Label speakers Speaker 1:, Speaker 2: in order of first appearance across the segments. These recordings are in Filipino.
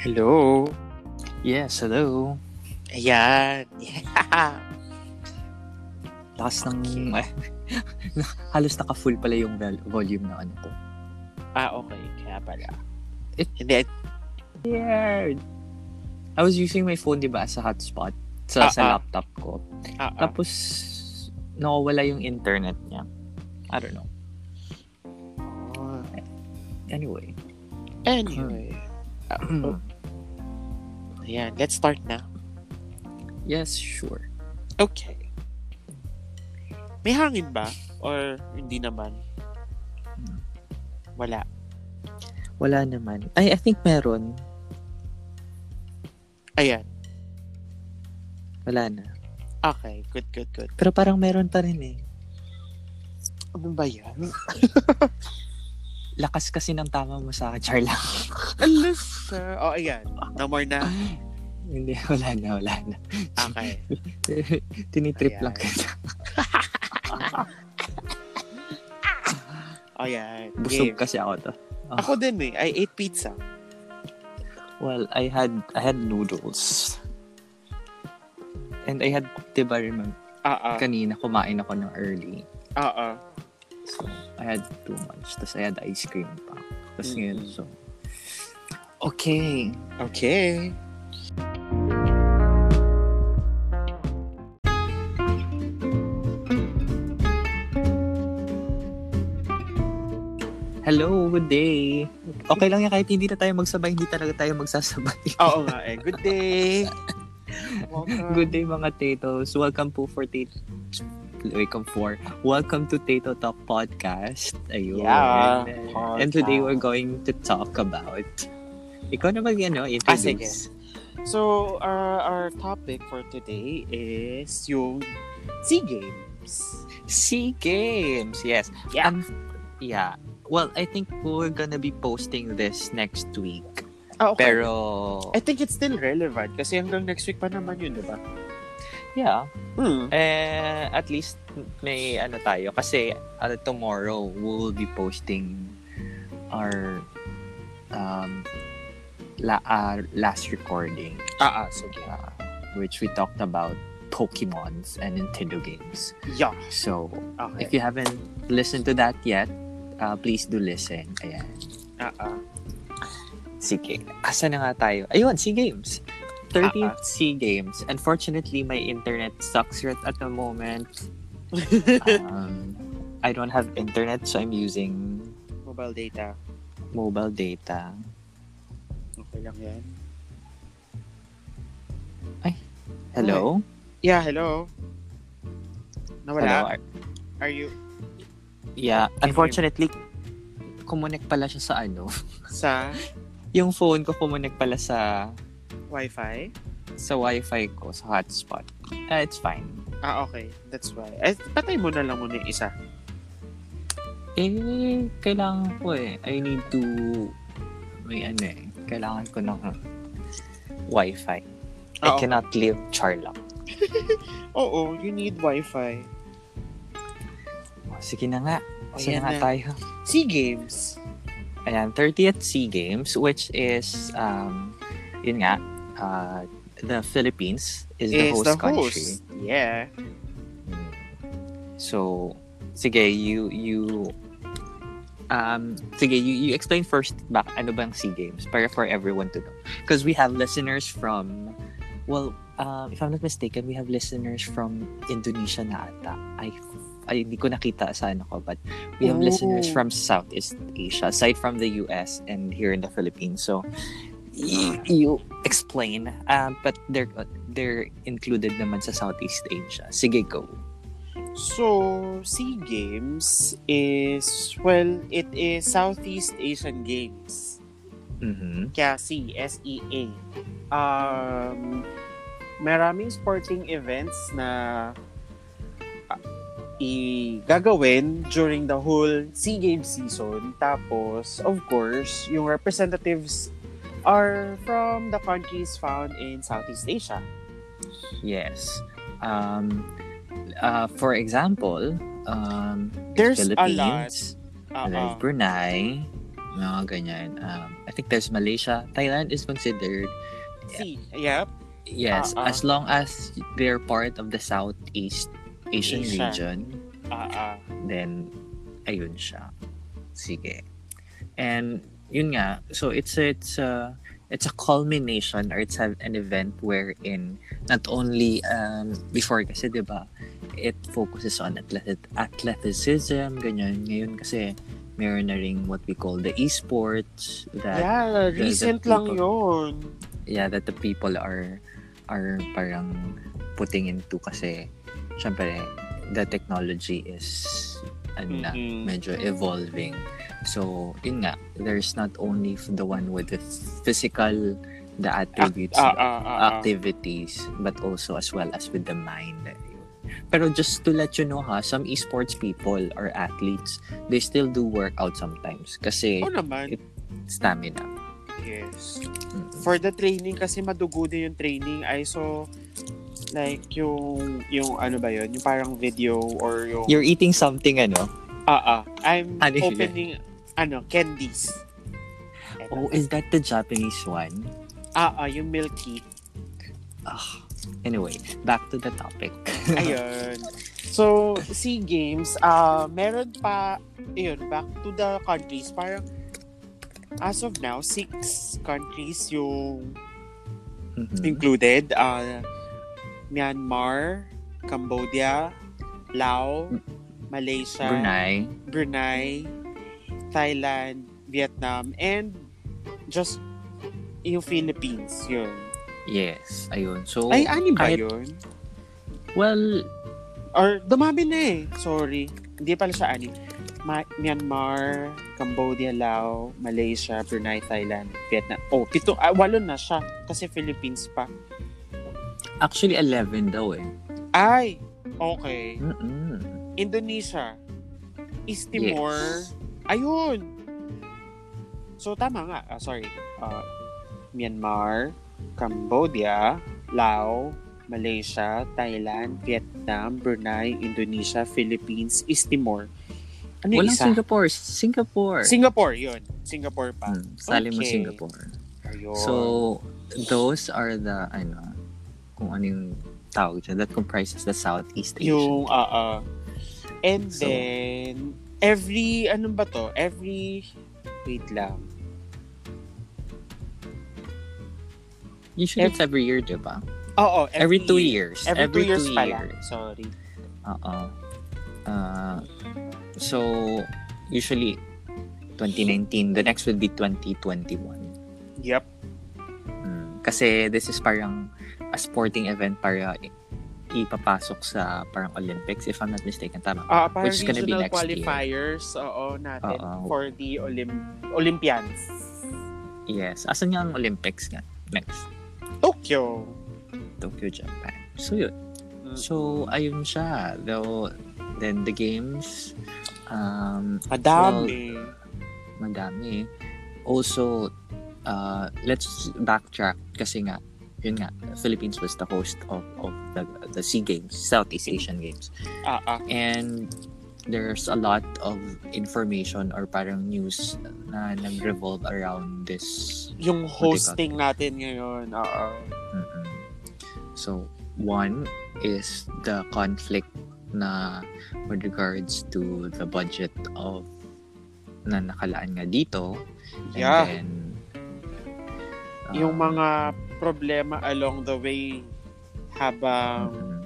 Speaker 1: Hello. Yes, hello.
Speaker 2: Ayan. Yeah.
Speaker 1: Lakas ng... eh. halos naka-full pala yung vel- volume na ano ko.
Speaker 2: Ah, okay. Kaya pala.
Speaker 1: It-
Speaker 2: Hindi,
Speaker 1: Weird. I was using my phone, di ba, as a hotspot
Speaker 2: Ah,
Speaker 1: sa, sa
Speaker 2: ah.
Speaker 1: laptop ko.
Speaker 2: ah, ah.
Speaker 1: Tapos, nawawala yung internet niya. I don't know.
Speaker 2: Oh.
Speaker 1: Anyway.
Speaker 2: Anyway. Ah, oh. Ayan, let's start na.
Speaker 1: yes, sure.
Speaker 2: Okay. May hangin ba? Or hindi naman?
Speaker 1: Hmm.
Speaker 2: Wala.
Speaker 1: Wala naman. Ay, I think meron.
Speaker 2: Ayan.
Speaker 1: Wala na.
Speaker 2: Okay. Good, good, good.
Speaker 1: Pero parang meron pa rin eh.
Speaker 2: Ano ba yan?
Speaker 1: Lakas kasi ng tama mo sa char lang.
Speaker 2: Alas na. Oh, ayan. No more na.
Speaker 1: Hindi, wala na, wala na.
Speaker 2: Okay.
Speaker 1: Tinitrip
Speaker 2: Ayan.
Speaker 1: lang kita.
Speaker 2: Ayan.
Speaker 1: Busog
Speaker 2: Game.
Speaker 1: kasi ako to.
Speaker 2: Ako din eh. I ate pizza.
Speaker 1: Well, I had I had noodles. And I had, di ba, remember,
Speaker 2: Ah, ah.
Speaker 1: kanina kumain ako ng early.
Speaker 2: Ah, ah.
Speaker 1: So, I had too much. Tapos I had ice cream pa. Tapos
Speaker 2: Mm-mm.
Speaker 1: ngayon, so... Okay.
Speaker 2: Okay.
Speaker 1: Hello, good day. Okay lang yan kahit hindi na tayo magsabay, hindi talaga tayo magsasabay.
Speaker 2: Oo nga eh. Good day! Welcome.
Speaker 1: good day mga Tatos. Welcome po for Tato... Welcome for... Welcome to Tato Talk Podcast. Ayun.
Speaker 2: Yeah,
Speaker 1: And today
Speaker 2: podcast.
Speaker 1: we're going to talk about... Ikaw na mag, ano,
Speaker 2: Ah, sige.
Speaker 1: introduce.
Speaker 2: So, our, our topic for today is yung SEA Games.
Speaker 1: SEA Games. Yes.
Speaker 2: Yeah.
Speaker 1: Um, yeah. Well, I think we're gonna be posting this next week.
Speaker 2: Ah,
Speaker 1: Pero
Speaker 2: I think it's still relevant kasi hanggang next week pa naman yun, di ba?
Speaker 1: yeah,
Speaker 2: Hmm.
Speaker 1: eh at least may ano tayo kasi uh, tomorrow we'll be posting our um la uh, last recording
Speaker 2: Ah, ah, sige.
Speaker 1: uh, which we talked about Pokemons and Nintendo games.
Speaker 2: Yeah.
Speaker 1: So,
Speaker 2: Okay.
Speaker 1: if you haven't listened to that yet, uh, please do listen. Ayan.
Speaker 2: Ah, ah.
Speaker 1: Sige. Asa na nga tayo? Ayun, SEA Games. 13th
Speaker 2: Ah,
Speaker 1: SEA Games. Unfortunately, my internet sucks right at the moment. Um, I don't have internet, so I'm using
Speaker 2: Mobile data.
Speaker 1: mobile data.
Speaker 2: Okay lang yan.
Speaker 1: Hello?
Speaker 2: Yeah, hello.
Speaker 1: Hello?
Speaker 2: Nawala?
Speaker 1: Ar-
Speaker 2: Are you
Speaker 1: Yeah.
Speaker 2: Can you-
Speaker 1: Unfortunately, kumunik pala siya sa ano.
Speaker 2: sa
Speaker 1: Yung phone ko kumunik pala sa
Speaker 2: Wi-Fi?
Speaker 1: sa wifi ko, sa hotspot. Ah, it's fine.
Speaker 2: Ah, okay. That's why. Eh, patay mo na lang muna yung isa.
Speaker 1: Eh, kailangan ko eh. I need to... May ano eh. Kailangan ko ng wifi. I
Speaker 2: Oo.
Speaker 1: cannot live Charlock.
Speaker 2: Oo, you need Wi-Fi.
Speaker 1: Oh, sige na nga.
Speaker 2: O,
Speaker 1: Sige
Speaker 2: yan
Speaker 1: na nga
Speaker 2: na.
Speaker 1: tayo.
Speaker 2: SEA Games.
Speaker 1: Ayan, 30th SEA Games, which is, um, yun nga, uh, the Philippines is the
Speaker 2: is
Speaker 1: host
Speaker 2: the
Speaker 1: country.
Speaker 2: host. Yeah.
Speaker 1: Mm. So, sige, you, you, um, sige, you, you explain first back ano bang SEA Games para for everyone to know. Because we have listeners from, well, um, if I'm not mistaken, we have listeners from Indonesia na ata. I, ay, hindi ko nakita sa ano ko, but we have
Speaker 2: Oh.
Speaker 1: listeners from Southeast Asia, aside from the US and here in the Philippines. So, y- you explain, um, but they're, they're included naman sa Southeast Asia. Sige, go.
Speaker 2: So, SEA Games is, well, it is Southeast Asian Games.
Speaker 1: Mhm.
Speaker 2: Kaya SEA, S-E-A. Um, maraming sporting events na ah, i-gagawin during the whole SEA Games season. Tapos, of course, yung representatives are from the countries found in Southeast Asia.
Speaker 1: Yes. Um, uh, for example, um,
Speaker 2: There's a lot.
Speaker 1: Philippines,
Speaker 2: Ah, ah.
Speaker 1: like Brunei, mga ganyan. Um, I think there's Malaysia. Thailand is considered,
Speaker 2: See, yep.
Speaker 1: yes,
Speaker 2: Ah, ah.
Speaker 1: as long as they're part of the Southeast Asian
Speaker 2: Asia.
Speaker 1: region,
Speaker 2: Ah, ah.
Speaker 1: then ayun siya. Sige. And yun nga, so it's it's a it's a culmination or it's an an event wherein not only um before kasi 'di ba it focuses on athletic athleticism ganyan ngayon kasi meron na ring what we call the esports that
Speaker 2: Yeah,
Speaker 1: the- the
Speaker 2: recent
Speaker 1: people-
Speaker 2: lang yun.
Speaker 1: yeah that the people are are parang putting into kasi syempre the technology is ano na
Speaker 2: Mhm.
Speaker 1: medyo evolving. So, yun nga, there's not only f- the one with the physical, the attributes,
Speaker 2: Ah,
Speaker 1: the
Speaker 2: ah, ah, ah.
Speaker 1: activities, but also as well as with the mind. Pero just to let you know ha, some esports people or athletes, they still do workout sometimes kasi
Speaker 2: Oo naman.
Speaker 1: stamina.
Speaker 2: Yes.
Speaker 1: Mm.
Speaker 2: For the training kasi madugo din yung training. I saw like yung yung ano ba yun? Yung parang video or yung
Speaker 1: You're eating something ano?
Speaker 2: ah ah. I'm
Speaker 1: Ano yun?
Speaker 2: opening ano candies.
Speaker 1: Oh, is that the Japanese one?
Speaker 2: ah ah yung milky.
Speaker 1: Ugh. Anyway, back to the topic.
Speaker 2: Ayun. So, SEA Games, ah meron pa, ayun, back to the countries, parang as of now, six countries yung
Speaker 1: Mhm.
Speaker 2: included. ah Myanmar, Cambodia, Laos, Malaysia,
Speaker 1: Brunei.
Speaker 2: Brunei, Thailand, Vietnam, and just yung Philippines, yun.
Speaker 1: Yes, ayun. So,
Speaker 2: Ay, ah. ano ba
Speaker 1: Oh, kahit-
Speaker 2: yun?
Speaker 1: well,
Speaker 2: Or dumami na eh. Sorry. Hindi pala siya ani. Ma- Myanmar, Cambodia, Laos, Malaysia, Brunei, Thailand, Vietnam. Oh, pito, ah, walo na siya. Kasi Philippines pa.
Speaker 1: Actually, 11 daw eh.
Speaker 2: Ay, okay.
Speaker 1: Mm-mm.
Speaker 2: Indonesia, East Timor.
Speaker 1: Yes.
Speaker 2: Ayun. So, tama nga. Ah, sorry. Ah, Myanmar, Cambodia, Laos, Malaysia, Thailand, Vietnam, Brunei, Indonesia, Philippines, East Timor. Ano yung
Speaker 1: Walang
Speaker 2: isa?
Speaker 1: Singapore. Singapore.
Speaker 2: Singapore, yun. Singapore pa.
Speaker 1: Mm, sali
Speaker 2: Okay.
Speaker 1: mo
Speaker 2: Oh.
Speaker 1: Singapore.
Speaker 2: Ayun.
Speaker 1: So, those are the, ano, kung ano yung tawag dyan, that comprises the Southeast Asian.
Speaker 2: yung, ah, ah. And
Speaker 1: So-
Speaker 2: then, every, anong ba to? Every, wait lang.
Speaker 1: Usually, it's every year, di ba?
Speaker 2: Oo,
Speaker 1: Every, two years.
Speaker 2: Every, two years pala. Sorry.
Speaker 1: Oo. Uh, so, usually, 2019. The next will be 2021.
Speaker 2: Yep.
Speaker 1: Mm, Kasi this is parang a sporting event para i- ipapasok sa parang Olympics if I'm not mistaken tama.
Speaker 2: Ah, parang
Speaker 1: Which is gonna be
Speaker 2: regional
Speaker 1: next year. Ah,
Speaker 2: qualifiers oo, natin
Speaker 1: Oo.
Speaker 2: for the Olymp- Olympians.
Speaker 1: Yes. Asan nga ang Olympics nga? Next.
Speaker 2: Tokyo. Mm.
Speaker 1: Tokyo, Japan. So yun. So ayun siya. Though then the games um
Speaker 2: Madami.
Speaker 1: madami. Also uh let's backtrack kasi nga yun nga Philippines was the host of of the the SEA Games, Southeast Asian Games.
Speaker 2: Ah, ah.
Speaker 1: and there's a lot of information or parang news na nag-revolve around this.
Speaker 2: Yung hosting natin ngayon. Oo.
Speaker 1: Mm-mm. So, one is the conflict na with regards to the budget of na nakalaan nga dito. And
Speaker 2: Yeah.
Speaker 1: then, uh,
Speaker 2: yung mga problema along the way habang
Speaker 1: mm,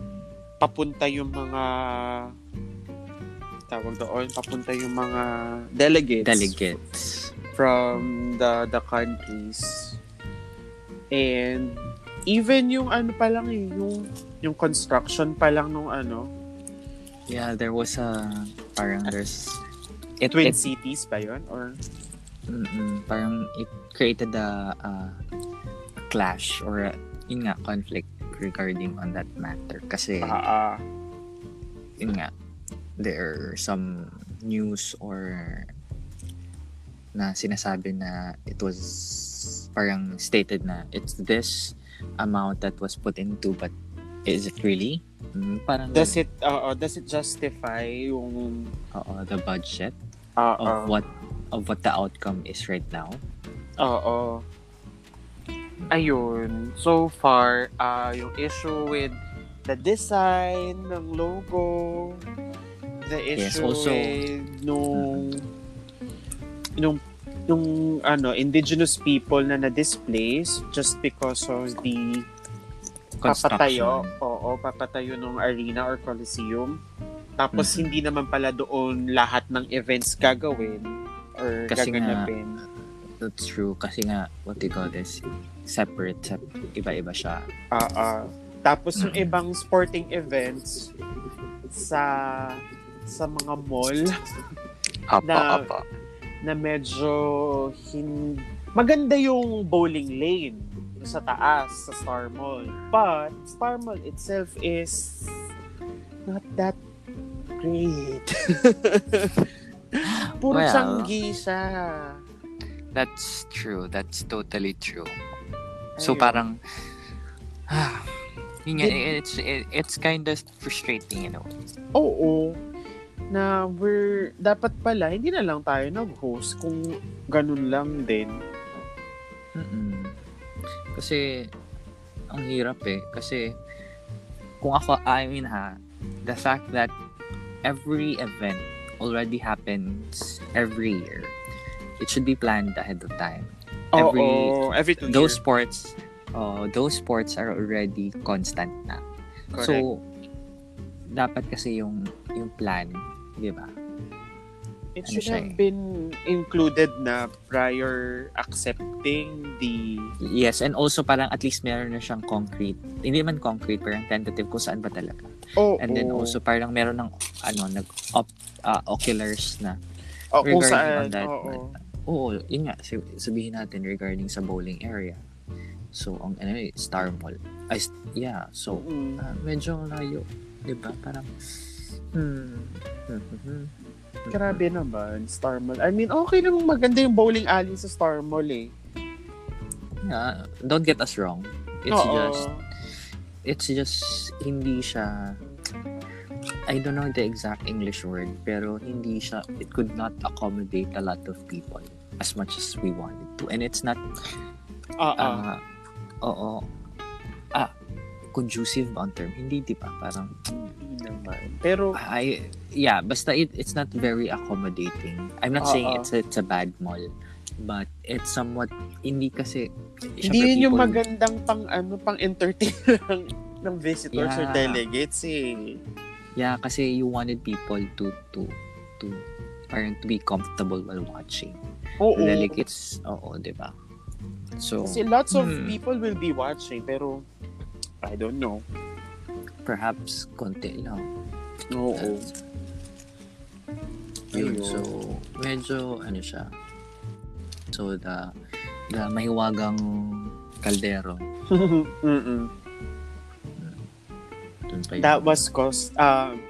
Speaker 2: papunta yung mga tawag doon, papunta yung mga delegates.
Speaker 1: delegates.
Speaker 2: from the the countries and even yung ano pa lang eh, yung yung construction pa lang nung ano
Speaker 1: Yeah, there was a parang there's it,
Speaker 2: twin
Speaker 1: it
Speaker 2: cities ba yun or
Speaker 1: Mm-mm. Parang it created a, uh, clash or uh, yun nga, conflict regarding on that matter. Kasi,
Speaker 2: ah ah
Speaker 1: yun nga, there are some news or na sinasabi na it was parang stated na it's this amount that was put into but is it really? Mm, parang
Speaker 2: does it uh, does it justify yung
Speaker 1: oo, the budget
Speaker 2: ah
Speaker 1: of
Speaker 2: ah
Speaker 1: what of what the outcome is right now.
Speaker 2: Oo. Ayun. So far, ah yung issue with the design ng logo, the
Speaker 1: Yes,
Speaker 2: issue
Speaker 1: also-
Speaker 2: with nung, nung, nung, ano, indigenous people na na-displace just because of the papatayo.
Speaker 1: Construction.
Speaker 2: Oo, papatayo ng arena or coliseum. Tapos
Speaker 1: Mm-hmm.
Speaker 2: hindi naman pala doon lahat ng events gagawin or
Speaker 1: Kasi nga-
Speaker 2: gaganapin.
Speaker 1: That's true. Kasi nga, what do you call this? Separate. separate iba-iba siya.
Speaker 2: Ah, ah. Tapos yung
Speaker 1: Mm.
Speaker 2: ibang sporting events sa sa mga mall
Speaker 1: Apa,
Speaker 2: Na-
Speaker 1: apa.
Speaker 2: na medyo hin... maganda yung bowling lane sa taas sa Star Mall. But Star Mall itself is not that great. Puro
Speaker 1: Well.
Speaker 2: tsanggi siya.
Speaker 1: That's true. That's totally true. So
Speaker 2: Ayun.
Speaker 1: parang ah, yun nga, eh,
Speaker 2: Did-
Speaker 1: it's it, it's kind of frustrating, you know.
Speaker 2: oo na we're dapat pala hindi na lang tayo nag-host kung ganun lang din.
Speaker 1: mm Kasi ang hirap eh kasi kung ako I mean ha, the fact that every event already happens every year. It should be planned ahead of time. Every-
Speaker 2: Oo, every two
Speaker 1: those
Speaker 2: years.
Speaker 1: sports uh, those sports are already constant na.
Speaker 2: Correct.
Speaker 1: So dapat kasi yung yung plan, 'di ba?
Speaker 2: it
Speaker 1: ano
Speaker 2: should
Speaker 1: siya
Speaker 2: have
Speaker 1: eh.
Speaker 2: been included na prior accepting the
Speaker 1: Yes, and also parang at least meron na siyang concrete. Hindi man concrete, parang tentative kung saan ba talaga.
Speaker 2: oh,
Speaker 1: And then also parang meron ng ano, nag op, ah, oculars na.
Speaker 2: oh, kung saan
Speaker 1: regarding on that,
Speaker 2: oo.
Speaker 1: Oo, yun nga, si- sabihin natin regarding sa bowling area. So, ang ano eh, Star Mall. Ay, s- yeah, so,
Speaker 2: Mm.
Speaker 1: ah, medyo layo. 'Di ba Parang, hmm, hmm, hmm, hmm.
Speaker 2: Grabe naman, Star Mall. I mean, okay namang maganda yung bowling alley sa Star Mall eh.
Speaker 1: Yeah, don't get us wrong. It's
Speaker 2: Oo.
Speaker 1: just it's just hindi siya I don't know the exact English word pero hindi siya it could not accommodate a lot of people as much as we wanted to and it's not
Speaker 2: Ah, ah.
Speaker 1: uh, oo ah conducive ba ang term hindi di ba parang
Speaker 2: Hindi naman. Pero
Speaker 1: I yeah basta it it's not very accommodating I'm not saying
Speaker 2: Oo.
Speaker 1: it's it's a bad mall but it's somewhat hindi kasi
Speaker 2: Hindi
Speaker 1: syempre
Speaker 2: yun yung
Speaker 1: people-
Speaker 2: magandang pang ano pang entertain ng, ng visitors or
Speaker 1: Yeah.
Speaker 2: delegates eh.
Speaker 1: Yeah, kasi you wanted people to to to parang to be comfortable while watching.
Speaker 2: Oo.
Speaker 1: Delegates, oo, di ba? So,
Speaker 2: Kasi lots of
Speaker 1: Hmm.
Speaker 2: people will be watching pero I don't know.
Speaker 1: perhaps konti lang.
Speaker 2: Oo.
Speaker 1: Yun,
Speaker 2: Ayun.
Speaker 1: so, medyo, ano siya. So, the, the mahiwagang kaldero.
Speaker 2: Mm-mm.
Speaker 1: Dun pa yun.
Speaker 2: That was cost um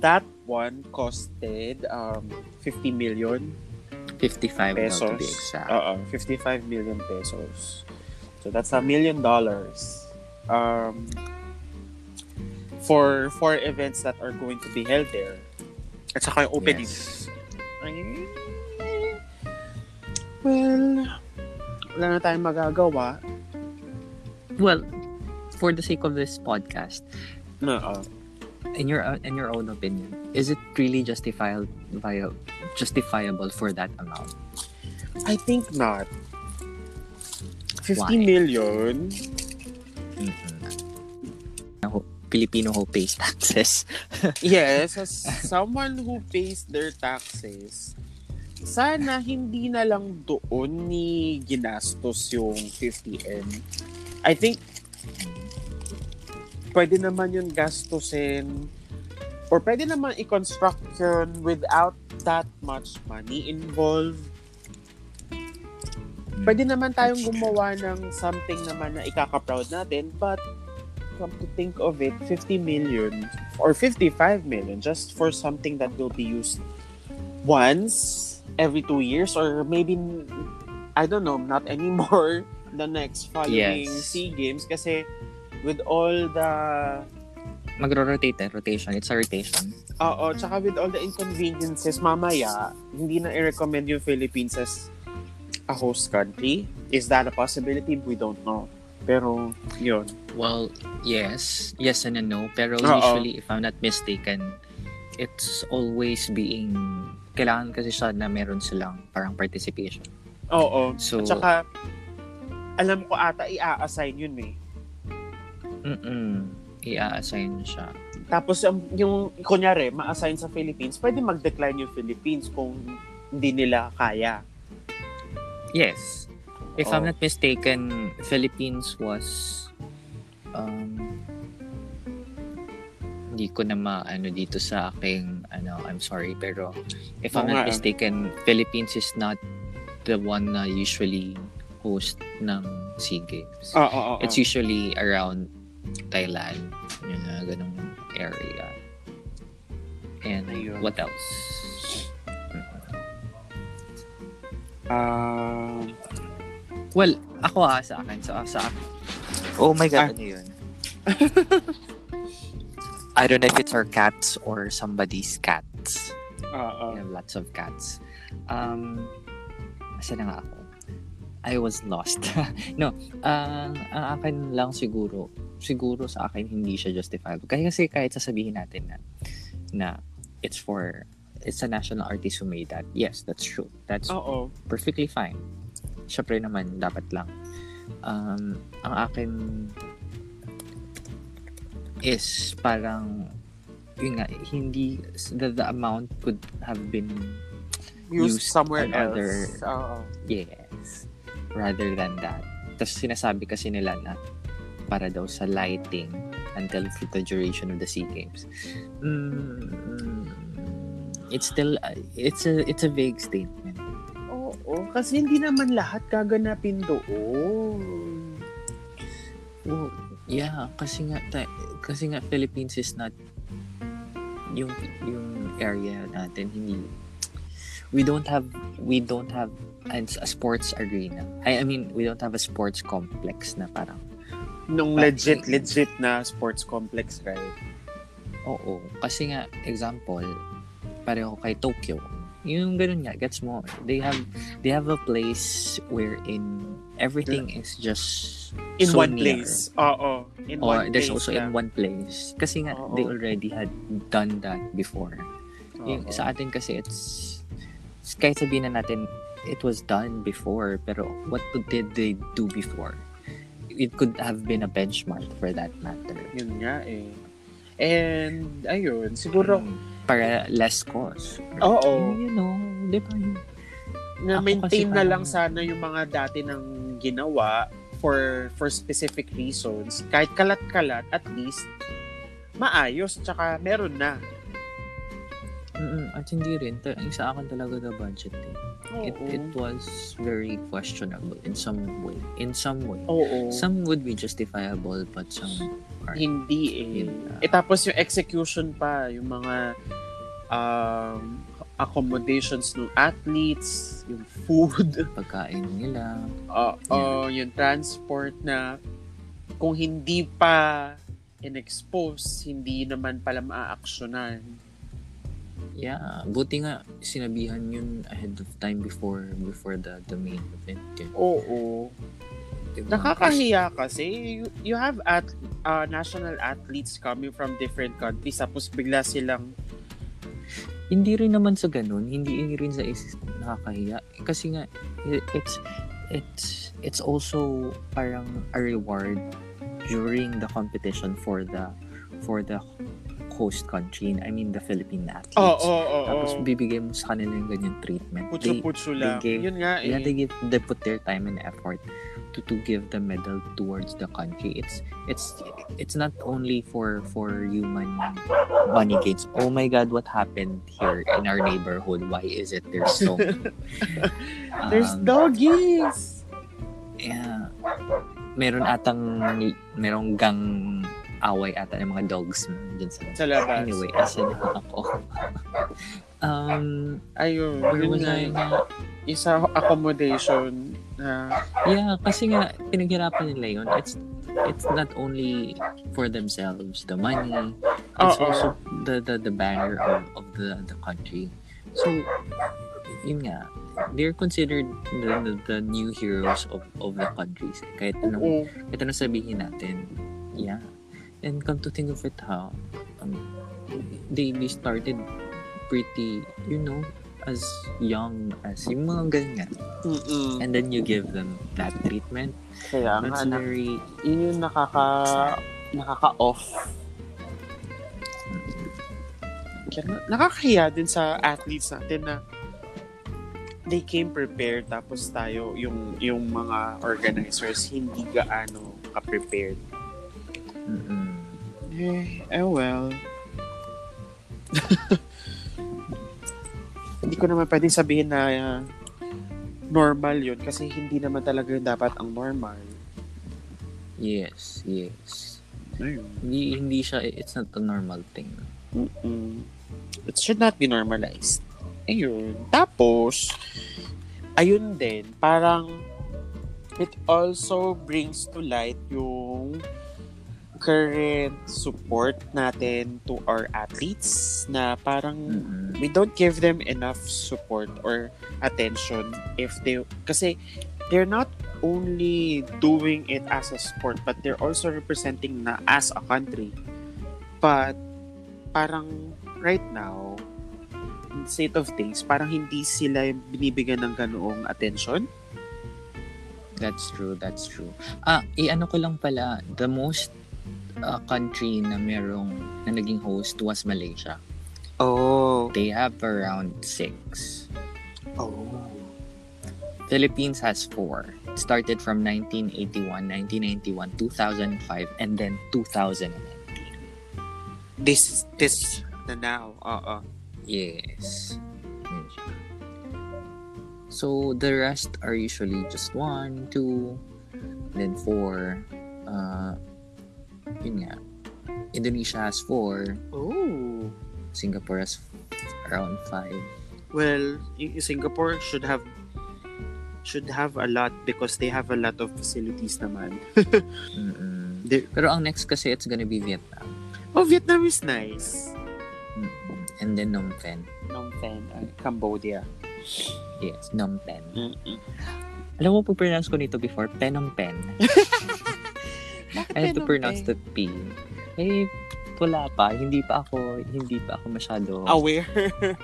Speaker 2: that one costed um 50 million
Speaker 1: 55 pesos. to
Speaker 2: pesos.
Speaker 1: be exact.
Speaker 2: Oo, 55 million pesos. So that's a million dollars. Um for for events that are going to be held there. At saka yung opening.
Speaker 1: Yes.
Speaker 2: Ay, Well, wala na tayong magagawa.
Speaker 1: Well, for the sake of this podcast,
Speaker 2: No, uh,
Speaker 1: in your in your own opinion, is it really justifiable justifiable for that amount?
Speaker 2: I think not. 50
Speaker 1: Why?
Speaker 2: million?
Speaker 1: Ako, Mm-hmm. Filipino who pays taxes.
Speaker 2: Yes, as someone who pays their taxes, sana hindi na lang doon ni ginastos yung 50M. I think pwede naman yun gastusin or pwede naman i-construct yun without that much money involved. Pwede naman tayong gumawa ng something naman na ikaka-proud natin but come to think of it, 50 million or 55 million just for something that will be used once every two years or maybe I don't know, not anymore the next following
Speaker 1: Yes.
Speaker 2: SEA Games kasi with all the
Speaker 1: magro-rotate eh, rotation. It's a rotation.
Speaker 2: Oo, ah, oh, tsaka with all the inconveniences, mamaya, hindi na i-recommend yung Philippines as a host country. Is that a possibility? We don't know. Pero, yun.
Speaker 1: Well, yes. Yes and a no. Pero
Speaker 2: Oo.
Speaker 1: usually, if I'm not mistaken, it's always being... Kailangan kasi siya na meron silang parang participation.
Speaker 2: Oo.
Speaker 1: So,
Speaker 2: Tsaka, alam ko ata i-assign yun eh.
Speaker 1: mm i-assign siya.
Speaker 2: Tapos, um, yung, kunyari, ma-assign sa Philippines, pwede mag-decline yung Philippines kung hindi nila kaya.
Speaker 1: Yes. If I'm
Speaker 2: Oh.
Speaker 1: not mistaken, Philippines was um hindi ko na maano dito sa aking ano I'm sorry pero if
Speaker 2: Oo
Speaker 1: I'm not
Speaker 2: nga, eh.
Speaker 1: mistaken Philippines is not the one na usually host ng SEA Games.
Speaker 2: Oo, oo, oo.
Speaker 1: It's usually around Thailand, yun na ganung area. And
Speaker 2: Ayun.
Speaker 1: what else?
Speaker 2: Ah,
Speaker 1: Well, ako ha, sa akin. Sa, sa akin. Oh my
Speaker 2: God,
Speaker 1: ano yun? I don't know if it's our cats or somebody's cats.
Speaker 2: oo.
Speaker 1: We have lots of cats. Um, asa na nga ako? I was lost. no, ang ang akin lang siguro, siguro sa akin hindi siya justifiable. Kasi kasi kahit sasabihin natin na, na it's for, it's a national artist who made that. Yes, that's true. That's
Speaker 2: Oo.
Speaker 1: perfectly fine. Siyempre naman, dapat lang. Um, ang akin is parang yun nga, hindi the, the amount could have been
Speaker 2: Used
Speaker 1: Used
Speaker 2: somewhere
Speaker 1: on
Speaker 2: else.
Speaker 1: other-
Speaker 2: Oo.
Speaker 1: yes rather than that. Tapos sinasabi kasi nila na para daw sa lighting until the duration of the SEA Games. Mm, mm, it's still it's a it's a vague statement.
Speaker 2: Oo, kasi hindi naman lahat gaganapin doon.
Speaker 1: Well, yeah, kasi nga ta- kasi nga Philippines is not yung yung area natin hindi we don't have we don't have a, a sports arena. I, I mean, we don't have a sports complex na parang
Speaker 2: Nung legit,
Speaker 1: Bakit?
Speaker 2: legit na sports complex, right?
Speaker 1: oo. Kasi nga example, pareho kay Tokyo. Yung ganun nga, gets mo. They have they have a place wherein everything is just
Speaker 2: In
Speaker 1: so
Speaker 2: one
Speaker 1: near.
Speaker 2: place. Oo, in
Speaker 1: or
Speaker 2: one
Speaker 1: Oh, there's
Speaker 2: place
Speaker 1: also in
Speaker 2: lang.
Speaker 1: one place kasi nga
Speaker 2: Oo.
Speaker 1: they already had done that before
Speaker 2: Oo.
Speaker 1: yung, sa atin kasi it's kahit sabihin na natin it was done before pero what did they do before it could have been a benchmark for that matter
Speaker 2: Yun nga eh. And, ayun, siguro,
Speaker 1: Mm, para less cost
Speaker 2: Oo.
Speaker 1: you know di ba yun?
Speaker 2: na-maintain
Speaker 1: Ako kasi
Speaker 2: na
Speaker 1: parang-
Speaker 2: lang sana yung mga dati nang ginawa for for specific reasons. Kahit kalat-kalat, at least, maayos, tsaka meron na.
Speaker 1: Mm-mm, at hindi rin ta- yung sa akin talaga the budget eh. it,
Speaker 2: Oo.
Speaker 1: it was very questionable in some way in some way
Speaker 2: Oo.
Speaker 1: Some would be justifiable, but some aren't.
Speaker 2: Hindi eh.
Speaker 1: Yun na.
Speaker 2: Eh tapos yung execution pa, yung mga um, accommodations ng athletes, yung food,
Speaker 1: pagkain nila.
Speaker 2: uh, uh, yung transport na kung hindi pa in-expose, hindi naman pala maaaksyonan.
Speaker 1: Yeah, buti nga sinabihan yun ahead of time before before the the main event. Yun,
Speaker 2: Oo.
Speaker 1: diba?
Speaker 2: Nakakahiya kasi you, you have at uh, national athletes coming from different countries tapos bigla silang
Speaker 1: Hindi rin naman sa ganun, hindi hindi rin sa isis nakakahiya kasi nga i- it's it's it's also parang a reward during the competition for the for the host country. I mean the Philippine athletes.
Speaker 2: oo oo oo
Speaker 1: Tapos bibigay mo sa kanila yung ganyan treatment. They-
Speaker 2: putso-putso lang.
Speaker 1: gave-
Speaker 2: Yun nga eh.
Speaker 1: Yeah, they give they put their time and effort to to give the medal towards the country. It's it's it's not only for for human money gains. Oh my God, what happened here in our neighborhood? Why is it there's so
Speaker 2: There's
Speaker 1: um,
Speaker 2: doggies!
Speaker 1: Yeah. Meron atang merong gang away ata ng mga dogs dun sa
Speaker 2: Sa labas.
Speaker 1: Anyway, asan ako? um,
Speaker 2: Ayun,
Speaker 1: where
Speaker 2: yun
Speaker 1: was
Speaker 2: nga. eh.
Speaker 1: I?
Speaker 2: Isa accommodation na
Speaker 1: Yeah, kasi nga, pinaghirapan nila yun. It's, it's not only for themselves the money it's
Speaker 2: Oo.
Speaker 1: also the the, the banner of, of the the country so yun nga they're considered the, the, the new heroes of of the countries kahit anong
Speaker 2: Oo.
Speaker 1: kahit anong sabihin natin yeah and come to think of it ha um, they they started pretty you know as young as yung mga ganyan nga.
Speaker 2: Mm-mm.
Speaker 1: and then you give them that treatment
Speaker 2: Kaya nga,
Speaker 1: that's
Speaker 2: na,
Speaker 1: very
Speaker 2: yun yung nakaka, nakaka-off. Kaya nga, Nakakahiya din sa athletes natin na they came prepared tapos tayo yung yung mga organizers hindi gaano ka-prepared.
Speaker 1: mm
Speaker 2: Eh, eh well. hindi ko naman pwedeng sabihin na ah, normal yun kasi hindi naman talaga yun dapat ang normal.
Speaker 1: Yes, yes. Hindi, hindi siya, it's not a normal thing.
Speaker 2: Mm-mm. It should not be normalized. Ayun. Tapos, ayun din, parang it also brings to light yung current support natin to our athletes na parang
Speaker 1: Mm-mm.
Speaker 2: we don't give them enough support or attention if they kasi they're not only doing it as a sport but they're also representing na as a country but parang right now in state of things parang hindi sila binibigyan ng ganoong attention
Speaker 1: That's true, that's true. Ah, i-ano ko lang pala, the most uh, country na merong, na naging host was Malaysia.
Speaker 2: oh
Speaker 1: They have around six.
Speaker 2: oh
Speaker 1: Philippines has four. It started from 1981, 1991, 2005, and then 2000.
Speaker 2: this this na now oo
Speaker 1: Yes. Yun siya. So the rest are usually just one, two, then four. Uh, yun nga. Indonesia has four.
Speaker 2: oh
Speaker 1: Singapore has around five.
Speaker 2: Well, y- Singapore should have should have a lot because they have a lot of facilities naman.
Speaker 1: Mm-mm.
Speaker 2: They-
Speaker 1: Pero ang next kasi it's gonna be Vietnam.
Speaker 2: oh, Vietnam is nice.
Speaker 1: Mm-mm. And then Phnom Penh.
Speaker 2: Phnom Penh, uh, Cambodia.
Speaker 1: Yes, Phnom Penh. Alam mo, pag-pronounce ko nito before, Phnom Penh. I have to pronounce the P. Eh, wala pa. Hindi pa ako, hindi pa ako masyado
Speaker 2: Aware.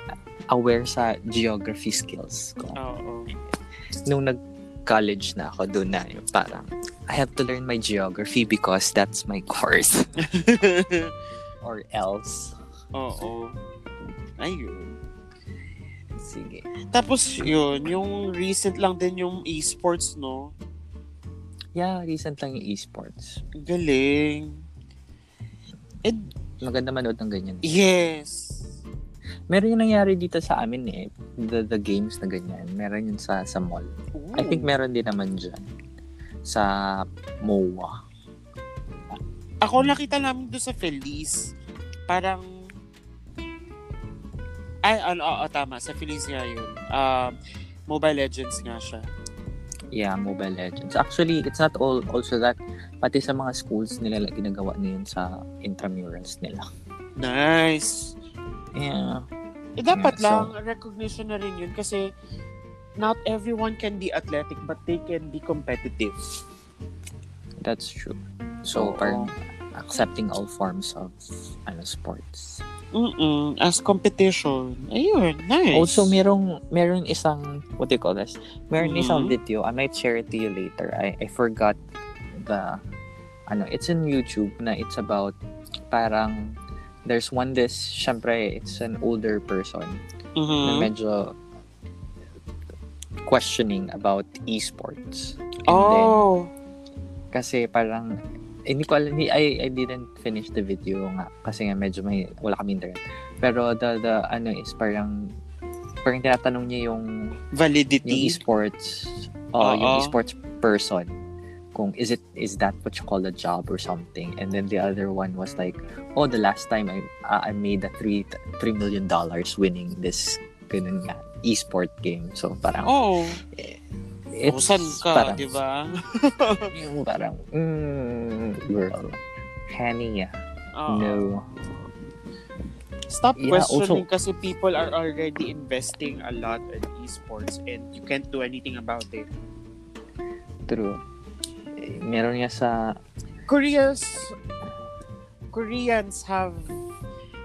Speaker 1: aware sa geography skills ko.
Speaker 2: Oo.
Speaker 1: Nung nag-college na ako, doon na yung parang, I have to learn my geography because that's my course. Or else.
Speaker 2: Oo. Ayun.
Speaker 1: Sige.
Speaker 2: Tapos yun, yung recent lang din yung esports, no?
Speaker 1: Yeah, recent lang yung esports.
Speaker 2: Galing. And
Speaker 1: Maganda manood ng ganyan.
Speaker 2: yes.
Speaker 1: Meron yung nangyari dito sa amin eh. The, the games na ganyan. Meron yun sa, sa mall. I think
Speaker 2: Ooh.
Speaker 1: meron din naman dyan. Sa MOA.
Speaker 2: Ako nakita namin doon sa Feliz. Parang ay ano oo tama sa Feliz nga yun. Um Mobile Legends nga siya.
Speaker 1: Yeah, Mobile Legends. Actually, it's not all also that. Pati sa mga schools nila like, ginagawa na yun sa intramurals nila.
Speaker 2: Nice.
Speaker 1: Yeah.
Speaker 2: Eh, dapat
Speaker 1: Yeah,
Speaker 2: lang
Speaker 1: so-
Speaker 2: recognition na rin yun kasi not everyone can be athletic but they can be competitive.
Speaker 1: That's true.
Speaker 2: Oo.
Speaker 1: So, parang accepting all forms of ano sports.
Speaker 2: Mm-mm, as competition. Ayun, nice.
Speaker 1: Also, merong meron isang what do you call this? Meron
Speaker 2: Mhm.
Speaker 1: isang video. I might share it to you later. I I forgot the ano, it's in YouTube na it's about parang there's one this syempre it's an older person
Speaker 2: Mhm.
Speaker 1: na medyo questioning about esports. And then,
Speaker 2: Oh.
Speaker 1: kasi parang eh, hindi ko alam hindi- I, I didn't finish the video nga kasi nga medyo may wala kami internet pero the the ano is parang parang tinatanong niya yung yung
Speaker 2: validity.
Speaker 1: esports
Speaker 2: Oo.
Speaker 1: oh yung esports person kung is it is that what you call a job or something and then the other one was like oh the last time I uh, I I made a 3 3 million dollars winning this ganun nga esport game so parang
Speaker 2: oh.
Speaker 1: it's
Speaker 2: Usan ka,
Speaker 1: parang,
Speaker 2: di ba?
Speaker 1: Yung parang, mm, girl, Henny, ah.
Speaker 2: Oo.
Speaker 1: no.
Speaker 2: Stop
Speaker 1: Yeah,
Speaker 2: questioning kasi
Speaker 1: also-
Speaker 2: people are already investing a lot in esports and you can't do anything about it.
Speaker 1: True. Eh, Meron nga sa,
Speaker 2: Koreans Koreans have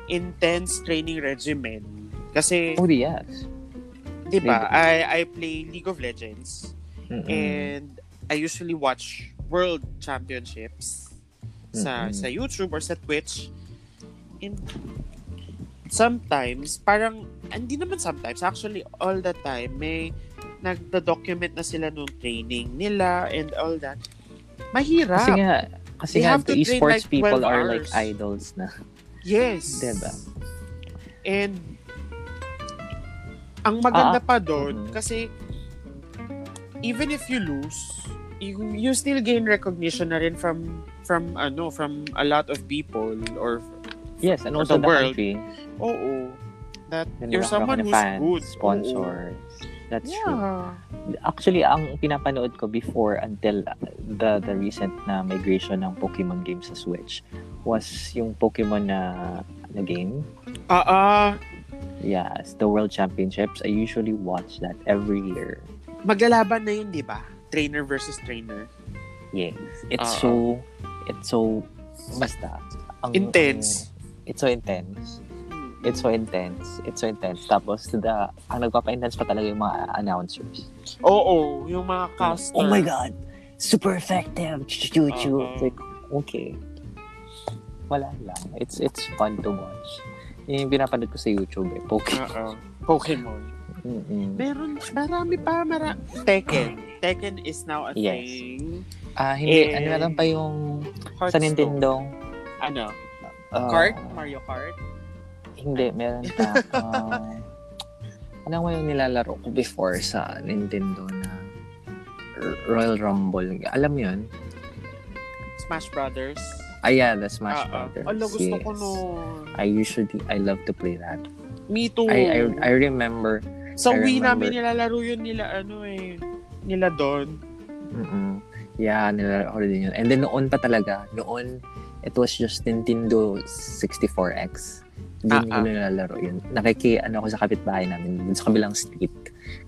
Speaker 2: intense training regimen. Kasi,
Speaker 1: oh yes. Mm.
Speaker 2: di ba,
Speaker 1: maybe.
Speaker 2: I, I play League of Legends
Speaker 1: Mm-mm.
Speaker 2: and I usually watch World Championships sa
Speaker 1: Mm-mm.
Speaker 2: sa YouTube or sa Twitch. And sometimes, parang, hindi naman sometimes, actually all the time, may nagda-document na sila nung training nila and all that. Mahirap.
Speaker 1: Kasi nga, kasi
Speaker 2: They
Speaker 1: nga,
Speaker 2: have to train
Speaker 1: esports
Speaker 2: like
Speaker 1: people
Speaker 2: 12
Speaker 1: are like
Speaker 2: hours.
Speaker 1: idols na.
Speaker 2: Yes.
Speaker 1: Diba?
Speaker 2: And ang maganda
Speaker 1: Ah,
Speaker 2: pa doon
Speaker 1: mhm.
Speaker 2: kasi even if you lose, you, you still gain recognition na rin from from ano, from a lot of people or
Speaker 1: Yes, and
Speaker 2: For the
Speaker 1: also the,
Speaker 2: world.
Speaker 1: country.
Speaker 2: oo that
Speaker 1: Nandiyan
Speaker 2: you're
Speaker 1: ako ng
Speaker 2: someone who's
Speaker 1: fans,
Speaker 2: good. Oo.
Speaker 1: Sponsors. That's true.
Speaker 2: Yeah.
Speaker 1: Actually, ang pinapanood ko before until the the recent na migration ng Pokemon game sa Switch was yung Pokemon na na game.
Speaker 2: Ah, ah,
Speaker 1: Yes, the World Championships. I usually watch that every year.
Speaker 2: maglalaban na yun, 'di ba? Trainer versus trainer.
Speaker 1: Yes. It's
Speaker 2: Ah.
Speaker 1: so it's so basta. Ang,
Speaker 2: Intense.
Speaker 1: it's so intense. Mm-hmm. It's so intense. It's so intense. Tapos the ang nagpapa-intense pa talaga yung mga announcers.
Speaker 2: Oo, yung mga caster.
Speaker 1: Oh my god, super effective. Chuchu.
Speaker 2: Uh-oh.
Speaker 1: Like, okay. Wala lang. It's it's fun to watch. Yun yung pinapanood ko sa YouTube eh. Poke.
Speaker 2: Oo. Pokemon.
Speaker 1: Mm-mm.
Speaker 2: Meron, marami pa, mara Tekken. Tekken is now a
Speaker 1: Yes.
Speaker 2: thing.
Speaker 1: Ah, hindi.
Speaker 2: Eh,
Speaker 1: ano na lang pa yung sa
Speaker 2: Hearthstone.
Speaker 1: Nintendo?
Speaker 2: Ano?
Speaker 1: Ah,
Speaker 2: Kart? Mario Kart?
Speaker 1: Hindi, meron pa. Ah, ano nga yung nilalaro ko before sa Nintendo na R- Royal Rumble? Alam mo yun?
Speaker 2: Smash Brothers?
Speaker 1: Ayan, the Smash
Speaker 2: Ah, ah.
Speaker 1: Brothers.
Speaker 2: Ala, gusto ko
Speaker 1: Yes.
Speaker 2: nun.
Speaker 1: I usually, I love to play that.
Speaker 2: Me too.
Speaker 1: I, I, I remember
Speaker 2: sa
Speaker 1: I
Speaker 2: Wii
Speaker 1: remember.
Speaker 2: namin nilalaro yun nila, ano eh, nila Don.
Speaker 1: Mm-mm. Yeah, nilalaro ko din yun. And then noon pa talaga, noon, it was just Nintendo 64X. Doon
Speaker 2: Ah, ah.
Speaker 1: ko nilalaro yun. Nakiki, ano ko sa kapitbahay namin, dun sa kabilang street.